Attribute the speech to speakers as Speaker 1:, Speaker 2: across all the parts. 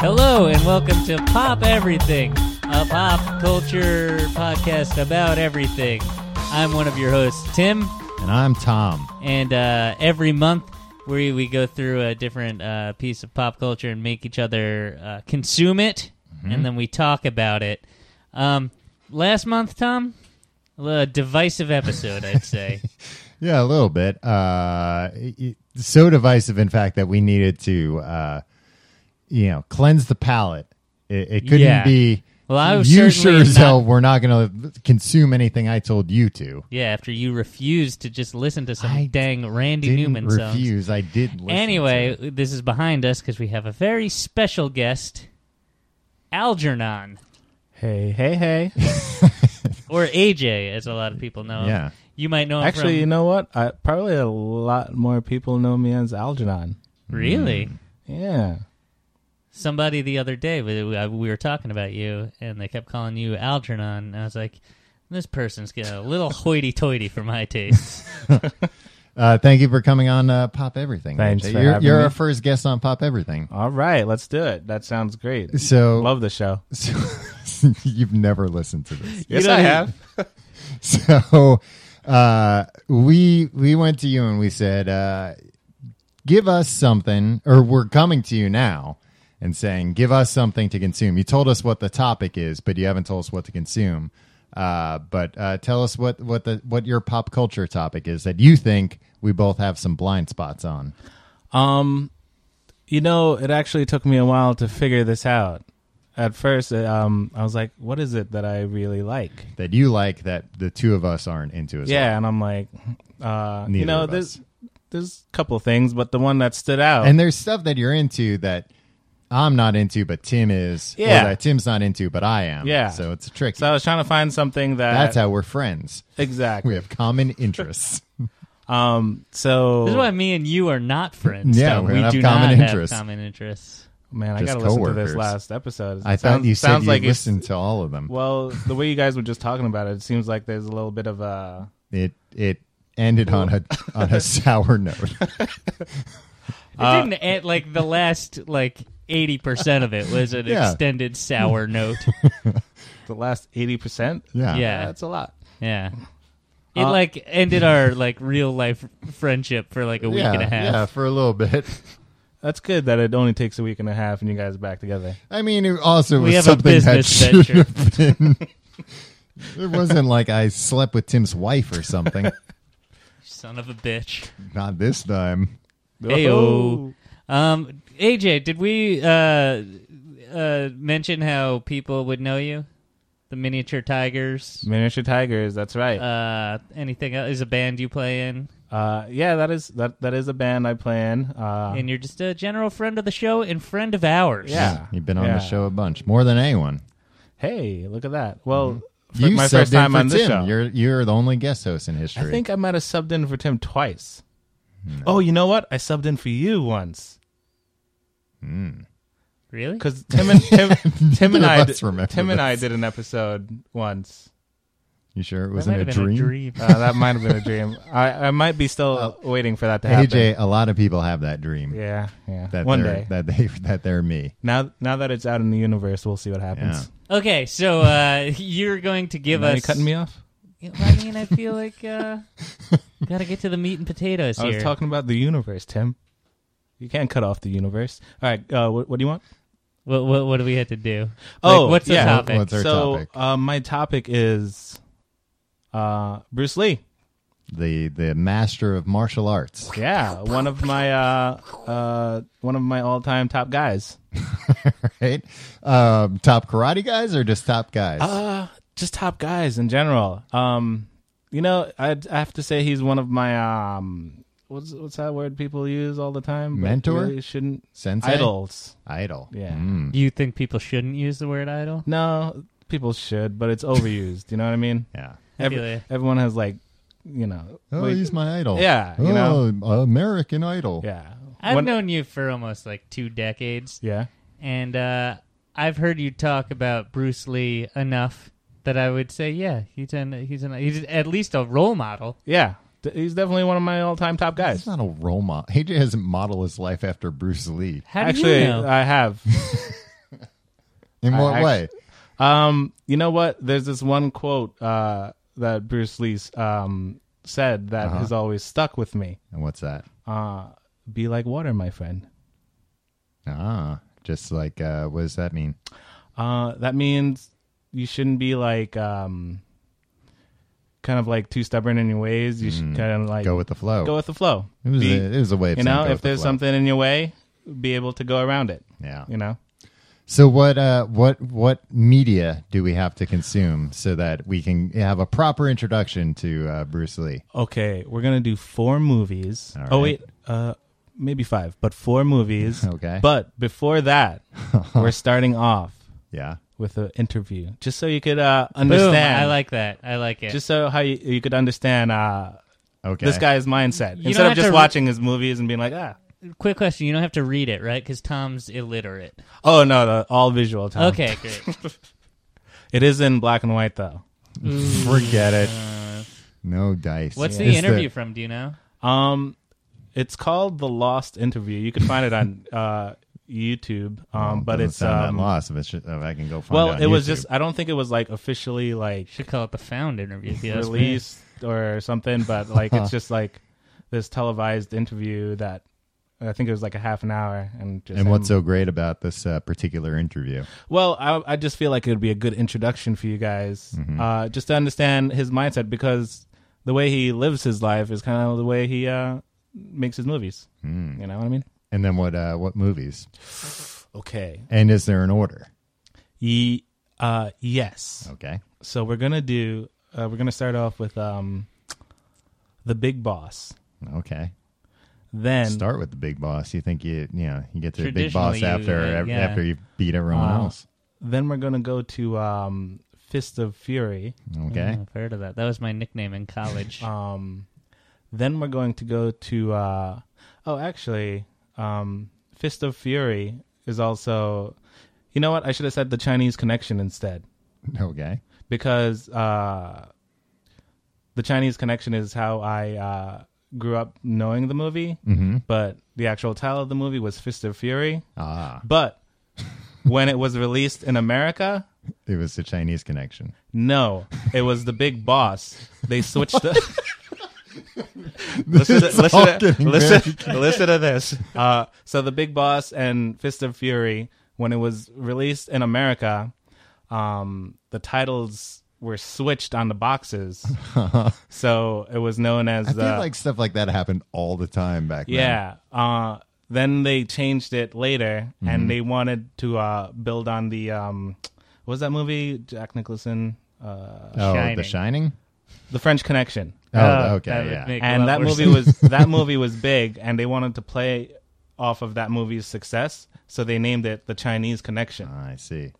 Speaker 1: Hello and welcome to Pop Everything, a pop culture podcast about everything. I'm one of your hosts, Tim,
Speaker 2: And I'm Tom.
Speaker 1: and uh, every month we we go through a different uh, piece of pop culture and make each other uh, consume it,
Speaker 2: Mm-hmm.
Speaker 1: and then we talk about it. Um, last month, Tom, a divisive episode, I'd say.
Speaker 2: Yeah, a little bit. Uh, it- so divisive, in fact, that we needed to, uh, you know, cleanse the palate. It, it couldn't
Speaker 1: Yeah.
Speaker 2: be.
Speaker 1: Well, I was
Speaker 2: you sure
Speaker 1: certainly
Speaker 2: as hell
Speaker 1: not-
Speaker 2: we're not going to consume anything I told you to.
Speaker 1: yeah, after you refused to just listen to some
Speaker 2: I
Speaker 1: dang Randy
Speaker 2: didn't
Speaker 1: Newman songs.
Speaker 2: refuse. I did. Listen
Speaker 1: Anyway,
Speaker 2: to it.
Speaker 1: this is behind us because we have a very special guest, Algernon,
Speaker 3: Hey, hey, hey.
Speaker 1: or AJ, as a lot of people know. him.
Speaker 2: Yeah.
Speaker 1: you might know. Him
Speaker 3: Actually,
Speaker 1: from,
Speaker 3: you know what? I, probably a lot more people know me as Algernon.
Speaker 1: really,
Speaker 3: Yeah.
Speaker 1: somebody the other day we, we- we were talking about you, and they kept calling you Algernon, and I was like, this person's getting a little hoity-toity for my taste.
Speaker 2: uh, thank you for coming on uh, Pop Everything.
Speaker 3: Thanks
Speaker 2: AJ.
Speaker 3: for
Speaker 2: you're
Speaker 3: having
Speaker 2: you're
Speaker 3: me.
Speaker 2: our first guest on Pop Everything.
Speaker 3: All right, let's do it. That sounds great.
Speaker 2: So,
Speaker 3: Love the show.
Speaker 2: so you've never listened to this.
Speaker 3: Yes,
Speaker 1: don't e-
Speaker 3: I
Speaker 1: even-
Speaker 3: have.
Speaker 2: so uh, we we went to you and we said, uh, give us something, or we're coming to you now and saying, give us something to consume. You told us what the topic is, but you haven't told us what to consume. Uh, but uh, tell us what what the what your pop culture topic is that you think we both have some blind spots on.
Speaker 3: Um, you know, it actually took me a while to figure this out. At first, uh, um, I was like, "What is it that I really like?"
Speaker 2: That you like that the two of us aren't into as
Speaker 3: Yeah, and I'm like, uh,
Speaker 2: Neither
Speaker 3: you know,
Speaker 2: of us.
Speaker 3: there's there's a couple things, but the one that stood out,
Speaker 2: well. And there's stuff that you're into that I'm not into, but Tim is. or
Speaker 3: Yeah.
Speaker 2: that Tim's not into, but I am.
Speaker 3: Yeah.
Speaker 2: So it's tricky.
Speaker 3: so I was trying to find something that
Speaker 2: That's
Speaker 1: Uh,
Speaker 2: how we're friends.
Speaker 3: exactly.
Speaker 2: We have common interests.
Speaker 3: Um, so
Speaker 1: this is why me and you are not friends.
Speaker 2: Yeah,
Speaker 1: Tom.
Speaker 2: we
Speaker 1: we
Speaker 2: have
Speaker 1: do
Speaker 2: common
Speaker 1: not
Speaker 2: interests.
Speaker 1: have common interests.
Speaker 3: Man, I
Speaker 2: Just
Speaker 3: gotta listen to
Speaker 2: coworkers.
Speaker 3: this last episode.
Speaker 2: I
Speaker 3: It
Speaker 2: thought
Speaker 3: sounds-
Speaker 2: you said
Speaker 3: sounds
Speaker 2: you
Speaker 3: like it's-
Speaker 2: listened to all of them.
Speaker 3: Well, the way you guys were just talking about it, it seems like there's a little bit of uh, a.
Speaker 2: It it ended on a on a sour note.
Speaker 1: It
Speaker 2: Uh,
Speaker 1: didn't add, like the last like eighty percent of it was an
Speaker 2: Yeah.
Speaker 1: extended sour note.
Speaker 3: The last eighty percent.
Speaker 2: Yeah. Uh,
Speaker 1: Yeah.
Speaker 3: that's a lot.
Speaker 1: Yeah. It like ended our like real life friendship for like a week
Speaker 2: yeah,
Speaker 1: and a half.
Speaker 2: yeah, for a little bit.
Speaker 3: That's good that it only takes a week and a half, and you guys are back together.
Speaker 2: I mean, it also
Speaker 1: We have
Speaker 2: was
Speaker 1: a
Speaker 2: something that
Speaker 1: business
Speaker 2: should
Speaker 1: venture.
Speaker 2: have been. It wasn't like I slept with Tim's wife or something.
Speaker 1: Son of a bitch.
Speaker 2: Not this time.
Speaker 1: Ayo. Um, AJ, did we uh, uh, mention how people would know you? The miniature tigers.
Speaker 3: Miniature Tigers. That's right.
Speaker 1: Uh, anything else? is a band you play in,
Speaker 3: Uh, yeah, that is that that is a band I play in. Uh,
Speaker 1: and you're just a general friend of the show and friend of ours.
Speaker 3: yeah,
Speaker 2: You've been on
Speaker 3: Yeah.
Speaker 2: the show a bunch more than anyone.
Speaker 3: Hey, look at that. Well, for
Speaker 2: Mm-hmm. You
Speaker 3: my
Speaker 2: subbed
Speaker 3: first
Speaker 2: in
Speaker 3: time
Speaker 2: for
Speaker 3: on this
Speaker 2: Tim.
Speaker 3: show.
Speaker 2: You're you're the only guest host in
Speaker 3: I
Speaker 2: history.
Speaker 3: think I might have subbed in for Tim twice.
Speaker 2: Mm.
Speaker 3: Oh, you know what? I subbed in for you once.
Speaker 1: really?
Speaker 3: because Tim and Tim, Tim and
Speaker 2: Neither of
Speaker 3: I
Speaker 2: us
Speaker 3: did,
Speaker 2: remember
Speaker 3: Tim and I
Speaker 2: this.
Speaker 3: did an episode once.
Speaker 2: you sure it
Speaker 1: That
Speaker 2: wasn't
Speaker 1: might
Speaker 2: a
Speaker 1: have been
Speaker 2: dream?
Speaker 1: a dream.
Speaker 3: Uh, that might have been a dream. I, I might be still
Speaker 2: Oh.
Speaker 3: waiting for that to happen.
Speaker 2: AJ, a lot of people have that dream.
Speaker 3: Yeah, yeah.
Speaker 2: That
Speaker 3: One
Speaker 2: they're-
Speaker 3: day.
Speaker 2: that they that they're me.
Speaker 3: now, now that it's out in the universe, we'll see what happens.
Speaker 1: Okay, so uh, you're going to give
Speaker 3: Now
Speaker 1: us.
Speaker 3: you cutting me off?
Speaker 1: Yeah, well, I mean, I feel like uh, gotta get to the meat and potatoes
Speaker 3: I was
Speaker 1: here.
Speaker 3: talking about the universe, Tim. You can't cut off the universe. All right. Uh, what, what do you want?
Speaker 1: What what what do we have to do? Like,
Speaker 3: Oh,
Speaker 1: what's the
Speaker 3: yeah.
Speaker 1: topic?
Speaker 2: What's our
Speaker 3: so
Speaker 2: topic?
Speaker 3: Uh, my topic is uh, Bruce Lee.
Speaker 2: the the master of martial arts.
Speaker 3: Yeah, one of my uh, uh, one of my all time top guys.
Speaker 2: Right? Um, top karate guys or just top guys?
Speaker 3: Uh, just top guys in general. Um, you know, I'd, I have to say he's one of my um, what's what's that word people use all the time? but
Speaker 2: Mentor?
Speaker 3: really shouldn't
Speaker 2: Sensei?
Speaker 3: idols.
Speaker 2: Idol. Hmm.
Speaker 3: Yeah.
Speaker 1: Do you think people shouldn't use the word idol?
Speaker 3: No, people should, but it's overused. you know what I mean?
Speaker 2: Yeah.
Speaker 3: Every,
Speaker 1: feel ya.
Speaker 3: Everyone has like, you know,
Speaker 2: Oh,
Speaker 3: like-
Speaker 2: he's my idol.
Speaker 3: Yeah, you
Speaker 2: oh, American Idol.
Speaker 3: yeah.
Speaker 1: I've
Speaker 3: When-
Speaker 1: known you for almost like two decades,
Speaker 3: Yeah.
Speaker 1: and uh, I've heard you talk about Bruce Lee enough that I would say, yeah, he's an he's an he's at least a role model.
Speaker 3: Yeah, D- he's definitely one of my all-time top
Speaker 2: He's
Speaker 3: guys.
Speaker 2: not a role model. He doesn't model his life after Bruce Lee.
Speaker 1: How do
Speaker 3: Actually,
Speaker 1: you know?
Speaker 3: I have.
Speaker 2: In what
Speaker 3: actu-
Speaker 2: way?
Speaker 3: um, you know what? There's this one quote uh, that Bruce Lee um, said that
Speaker 2: Uh-huh.
Speaker 3: has always stuck with me.
Speaker 2: And what's that?
Speaker 3: Uh, Be like water, my friend.
Speaker 2: Ah, just like uh, what does that mean?
Speaker 3: Uh, that means you shouldn't be like um, kind of like too stubborn in your ways. You should kind of like
Speaker 2: Mm. Go with the flow.
Speaker 3: go with the flow.
Speaker 2: it was
Speaker 3: Be-
Speaker 2: a, it was a way of
Speaker 3: you
Speaker 2: saying
Speaker 3: know,
Speaker 2: go
Speaker 3: if
Speaker 2: with the
Speaker 3: there's
Speaker 2: flow.
Speaker 3: something in your way, be able to go around it.
Speaker 2: Yeah.
Speaker 3: You know.
Speaker 2: So what uh what what media do we have to consume so that we can have a proper introduction to uh, Bruce Lee?
Speaker 3: Okay, we're gonna do four movies.
Speaker 2: All
Speaker 3: Oh
Speaker 2: right.
Speaker 3: wait, uh, maybe five, but four movies.
Speaker 2: Okay.
Speaker 3: But before that, we're starting off
Speaker 2: Yeah.
Speaker 3: with an interview, just so you could uh,
Speaker 1: Boom!
Speaker 3: understand.
Speaker 1: I like that. I like it.
Speaker 3: just so how you, you could understand uh,
Speaker 2: Okay.
Speaker 3: this guy's mindset
Speaker 1: You
Speaker 3: instead
Speaker 1: don't
Speaker 3: of
Speaker 1: have
Speaker 3: just
Speaker 1: to re-
Speaker 3: watching his movies and being like, ah,
Speaker 1: Quick question: You don't have to read it, right? Because Tom's illiterate.
Speaker 3: oh no, the, all visual. Tom.
Speaker 1: Okay, great.
Speaker 3: it is in black and white though.
Speaker 2: forget it. No dice.
Speaker 1: What's the
Speaker 2: It's
Speaker 1: interview from? Do you know?
Speaker 3: Um, it's called the Lost Interview. You can find it on uh, YouTube. Um, but
Speaker 2: doesn't
Speaker 3: it's
Speaker 2: sound that
Speaker 3: um,
Speaker 2: lost if, it's just, if I can go find
Speaker 3: well,
Speaker 2: it on
Speaker 3: it was
Speaker 2: YouTube.
Speaker 3: just I don't think it was like officially like
Speaker 1: Should E call it the found interview. if you ask me.
Speaker 3: released or something, but like it's just like this televised interview that I think it was like a half an hour and just
Speaker 2: And
Speaker 3: him-
Speaker 2: what's so great about this uh, particular interview?
Speaker 3: well, I, I just feel like it would be a good introduction for you guys,
Speaker 2: Mm-hmm.
Speaker 3: uh, just to understand his mindset because the way he lives his life is kind of the way he uh, makes his movies.
Speaker 2: Hmm.
Speaker 3: You know what I mean?
Speaker 2: And then what uh, what movies?
Speaker 3: Okay.
Speaker 2: And is there an order?
Speaker 3: Ye- uh, yes.
Speaker 2: Okay.
Speaker 3: So we're gonna do. Uh, we're gonna start off with um, the Big Boss.
Speaker 2: Okay.
Speaker 3: Then
Speaker 2: Start with the big boss. You think you you know you get to the big
Speaker 1: Traditionally,
Speaker 2: boss
Speaker 1: you-
Speaker 2: after
Speaker 1: uh, yeah.
Speaker 2: after you beat everyone else.
Speaker 3: uh, Then we're gonna go to um, Fist of Fury.
Speaker 2: Okay.
Speaker 1: Oh, I've heard of that. That was my nickname in college.
Speaker 3: Um, then we're going to go to uh, oh, actually, um, Fist of Fury is also. You know what? I should have said the Chinese Connection instead
Speaker 2: Okay.
Speaker 3: because uh, the Chinese Connection is how I uh, grew up knowing the movie, but the actual title of the movie was Fist of Fury.
Speaker 2: Ah,
Speaker 3: But when it was released in America,
Speaker 2: it was the Chinese connection.
Speaker 3: No, it was the big boss. They switched the. listen, to, listen,
Speaker 2: all
Speaker 3: to,
Speaker 2: getting
Speaker 3: listen, listen to this. Uh, so the big boss and Fist of Fury, when it was released in America, um, the titles were switched on the boxes, so it was known as
Speaker 2: I
Speaker 3: the.
Speaker 2: feel like stuff like that happened all the time back then.
Speaker 3: Yeah. Uh, then they changed it later,
Speaker 2: Mm-hmm.
Speaker 3: and they wanted to uh, build on the um, what was that movie? Jack Nicholson, uh,
Speaker 2: Oh, The
Speaker 1: Shining.
Speaker 2: Shining.
Speaker 3: The French Connection.
Speaker 2: Oh,
Speaker 1: Oh,
Speaker 2: okay.
Speaker 1: that would
Speaker 2: yeah.
Speaker 1: make- a lot
Speaker 3: and that
Speaker 1: worse.
Speaker 3: movie was that movie was big, and they wanted to play off of that movie's success, so they named it The Chinese Connection.
Speaker 2: I see.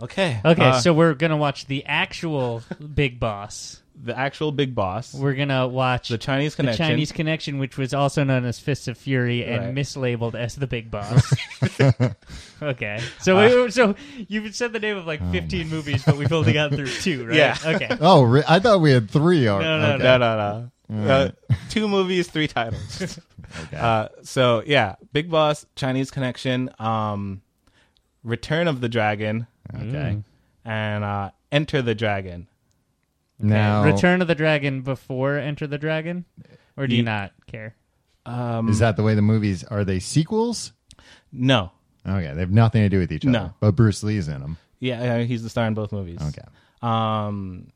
Speaker 3: Okay.
Speaker 1: Okay,
Speaker 3: Uh,
Speaker 1: so we're gonna watch the actual Big Boss.
Speaker 3: the actual Big Boss,
Speaker 1: We're gonna watch
Speaker 3: The Chinese Connection.
Speaker 1: the Chinese Connection, which was also known as Fists of Fury
Speaker 3: Right.
Speaker 1: and mislabeled as the Big Boss. okay, so
Speaker 3: Uh,
Speaker 1: so you've said the name of like 15 movies, but we've only gotten through two, right?
Speaker 3: oh Yeah.
Speaker 1: Okay.
Speaker 2: Oh, re- I thought we had three. Or-
Speaker 1: No, no,
Speaker 2: okay.
Speaker 3: No, no, no.
Speaker 2: Mm.
Speaker 3: Uh, two movies, three titles. uh, so yeah, Big Boss, Chinese Connection, um, Return of the Dragon,
Speaker 2: Okay.
Speaker 3: and uh, Enter the Dragon.
Speaker 2: Now,
Speaker 1: Return of the Dragon before Enter the Dragon, or do you
Speaker 3: Ye-
Speaker 1: not care?
Speaker 3: Um,
Speaker 2: is that the way the movies are? They sequels?
Speaker 3: no,
Speaker 2: Okay, they have nothing to do with each other.
Speaker 3: No.
Speaker 2: But Bruce Lee's in them.
Speaker 3: Yeah, uh, he's the star in both movies.
Speaker 2: Okay.
Speaker 3: Um,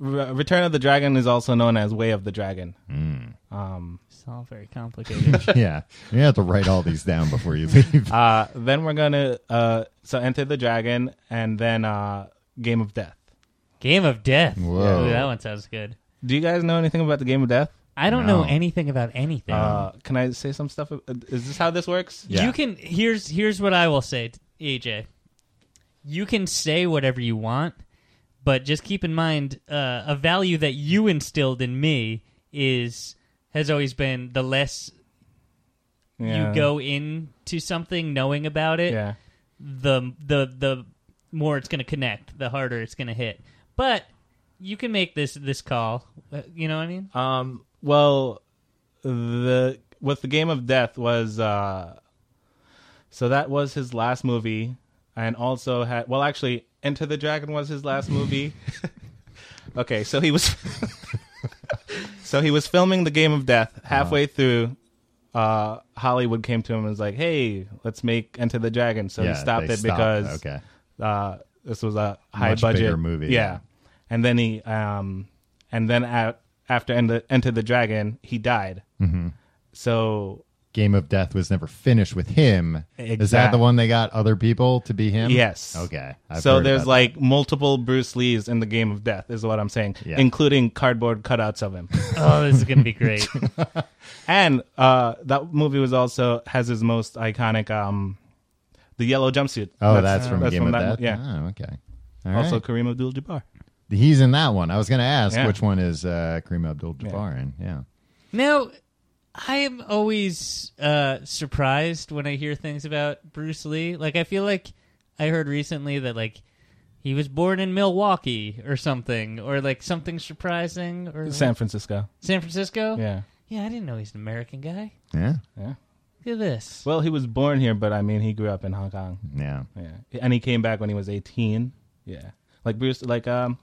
Speaker 3: Re- Return of the Dragon is also known as Way of the Dragon.
Speaker 1: It's all very complicated.
Speaker 2: yeah. You have to write all these down before you leave.
Speaker 3: Uh, then we're gonna uh, so Enter the Dragon and then uh, Game of Death.
Speaker 1: Game of Death.
Speaker 2: Whoa.
Speaker 1: Ooh, that one sounds good.
Speaker 3: Do you guys know anything about the Game of Death?
Speaker 1: I don't know
Speaker 2: No.
Speaker 1: anything about anything.
Speaker 3: Uh, can I say some stuff? Is this how this works?
Speaker 2: Yeah.
Speaker 1: You can here's here's what I will say, AJ. You can say whatever you want, but just keep in mind uh, a value that you instilled in me is has always been the less
Speaker 3: Yeah.
Speaker 1: you go into something knowing about it,
Speaker 3: Yeah.
Speaker 1: the the the more it's going to connect, the harder it's going to hit. But you can make this this call. Uh, You know what I mean?
Speaker 3: Um, well, the with the Game of Death was uh, so that was his last movie, and also had well, actually, Enter the Dragon was his last movie. okay, so he was so he was filming the Game of Death halfway
Speaker 2: Uh-huh.
Speaker 3: through. Uh, Hollywood came to him and was like, "Hey, let's make Enter the Dragon." So
Speaker 2: Yeah,
Speaker 3: he stopped
Speaker 2: they
Speaker 3: it
Speaker 2: stopped.
Speaker 3: because
Speaker 2: Okay.
Speaker 3: uh, this was a high budget
Speaker 2: bigger movie,
Speaker 3: Yeah.
Speaker 2: yeah.
Speaker 3: and then he um, and then at, after Enter, Enter the Dragon, he died. Mm-hmm. So
Speaker 2: Game of Death was never finished with him. Is that the
Speaker 3: Exact-
Speaker 2: one they got other people to be him?
Speaker 3: yes,
Speaker 2: Okay. I've
Speaker 3: so
Speaker 2: heard
Speaker 3: there's
Speaker 2: about
Speaker 3: like multiple Bruce Lees in the Game of Death, is what I'm saying,
Speaker 2: Yeah.
Speaker 3: including cardboard cutouts of him.
Speaker 1: Oh, this is going to be great.
Speaker 3: and uh, that movie was also has his most iconic, um, the yellow jumpsuit.
Speaker 2: that. Oh, that's, from Game of
Speaker 3: that
Speaker 2: Death?
Speaker 3: mo- Yeah.
Speaker 2: Oh, okay. All
Speaker 3: also,
Speaker 2: right.
Speaker 3: Kareem Abdul-Jabbar.
Speaker 2: He's in that one. I was going to ask
Speaker 3: Yeah.
Speaker 2: which one is uh, Kareem Abdul Jabbar in. Yeah.
Speaker 1: Now, I am always uh, surprised when I hear things about Bruce Lee. Like, I feel like I heard recently that like he was born in Milwaukee or something, or like something surprising, or
Speaker 3: San Francisco.
Speaker 1: San Francisco.
Speaker 3: Yeah.
Speaker 1: yeah. I didn't know he's an American guy.
Speaker 2: Yeah.
Speaker 1: Look at this.
Speaker 3: Well, he was born here, but I mean, he grew up in Hong Kong.
Speaker 2: Yeah.
Speaker 3: Yeah, and he came back when he was eighteen. Yeah, like Bruce, like um,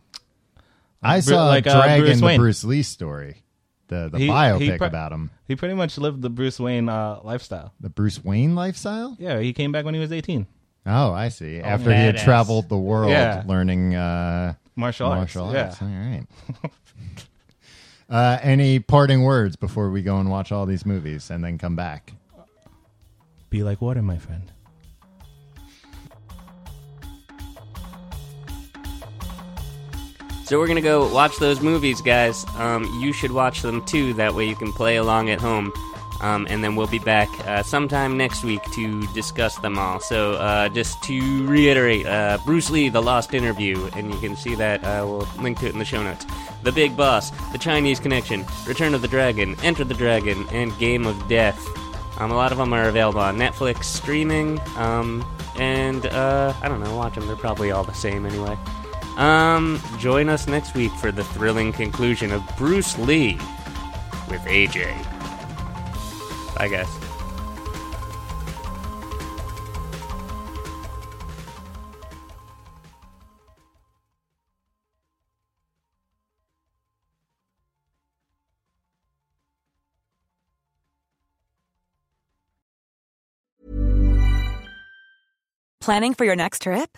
Speaker 2: I
Speaker 3: Bru-
Speaker 2: saw
Speaker 3: like, uh,
Speaker 2: Dragon
Speaker 3: Bruce
Speaker 2: the
Speaker 3: Wayne.
Speaker 2: Bruce Lee story, the, the
Speaker 3: He- he
Speaker 2: biopic
Speaker 3: pro-
Speaker 2: about him,
Speaker 3: he pretty much lived the Bruce Wayne uh, lifestyle.
Speaker 2: the Bruce Wayne lifestyle.
Speaker 3: Yeah, he came back when he was eighteen.
Speaker 2: Oh, I see. After he had
Speaker 1: badass.
Speaker 2: traveled the world
Speaker 3: Yeah.
Speaker 2: learning uh,
Speaker 3: Martial arts,
Speaker 2: martial
Speaker 3: yeah.
Speaker 2: arts. All right. uh, any parting words before we go and watch all these movies and then come back?
Speaker 3: Be like water, my friend.
Speaker 4: So we're gonna go watch those movies, guys. Um, you should watch them too. That way you can play along at home. Um, and then we'll be back uh, sometime next week to discuss them all. So uh, just to reiterate, uh, Bruce Lee, The Lost Interview, and you can see that. Uh, we'll link to it in the show notes. The Big Boss, The Chinese Connection, Return of the Dragon, Enter the Dragon, and Game of Death. Um, a lot of them are available on Netflix, streaming, um, and uh, I don't know, watch them. They're probably all the same anyway. Um, join us next week for the thrilling conclusion of Bruce Lee with AJ. Bye, guys.
Speaker 5: Planning for your next trip?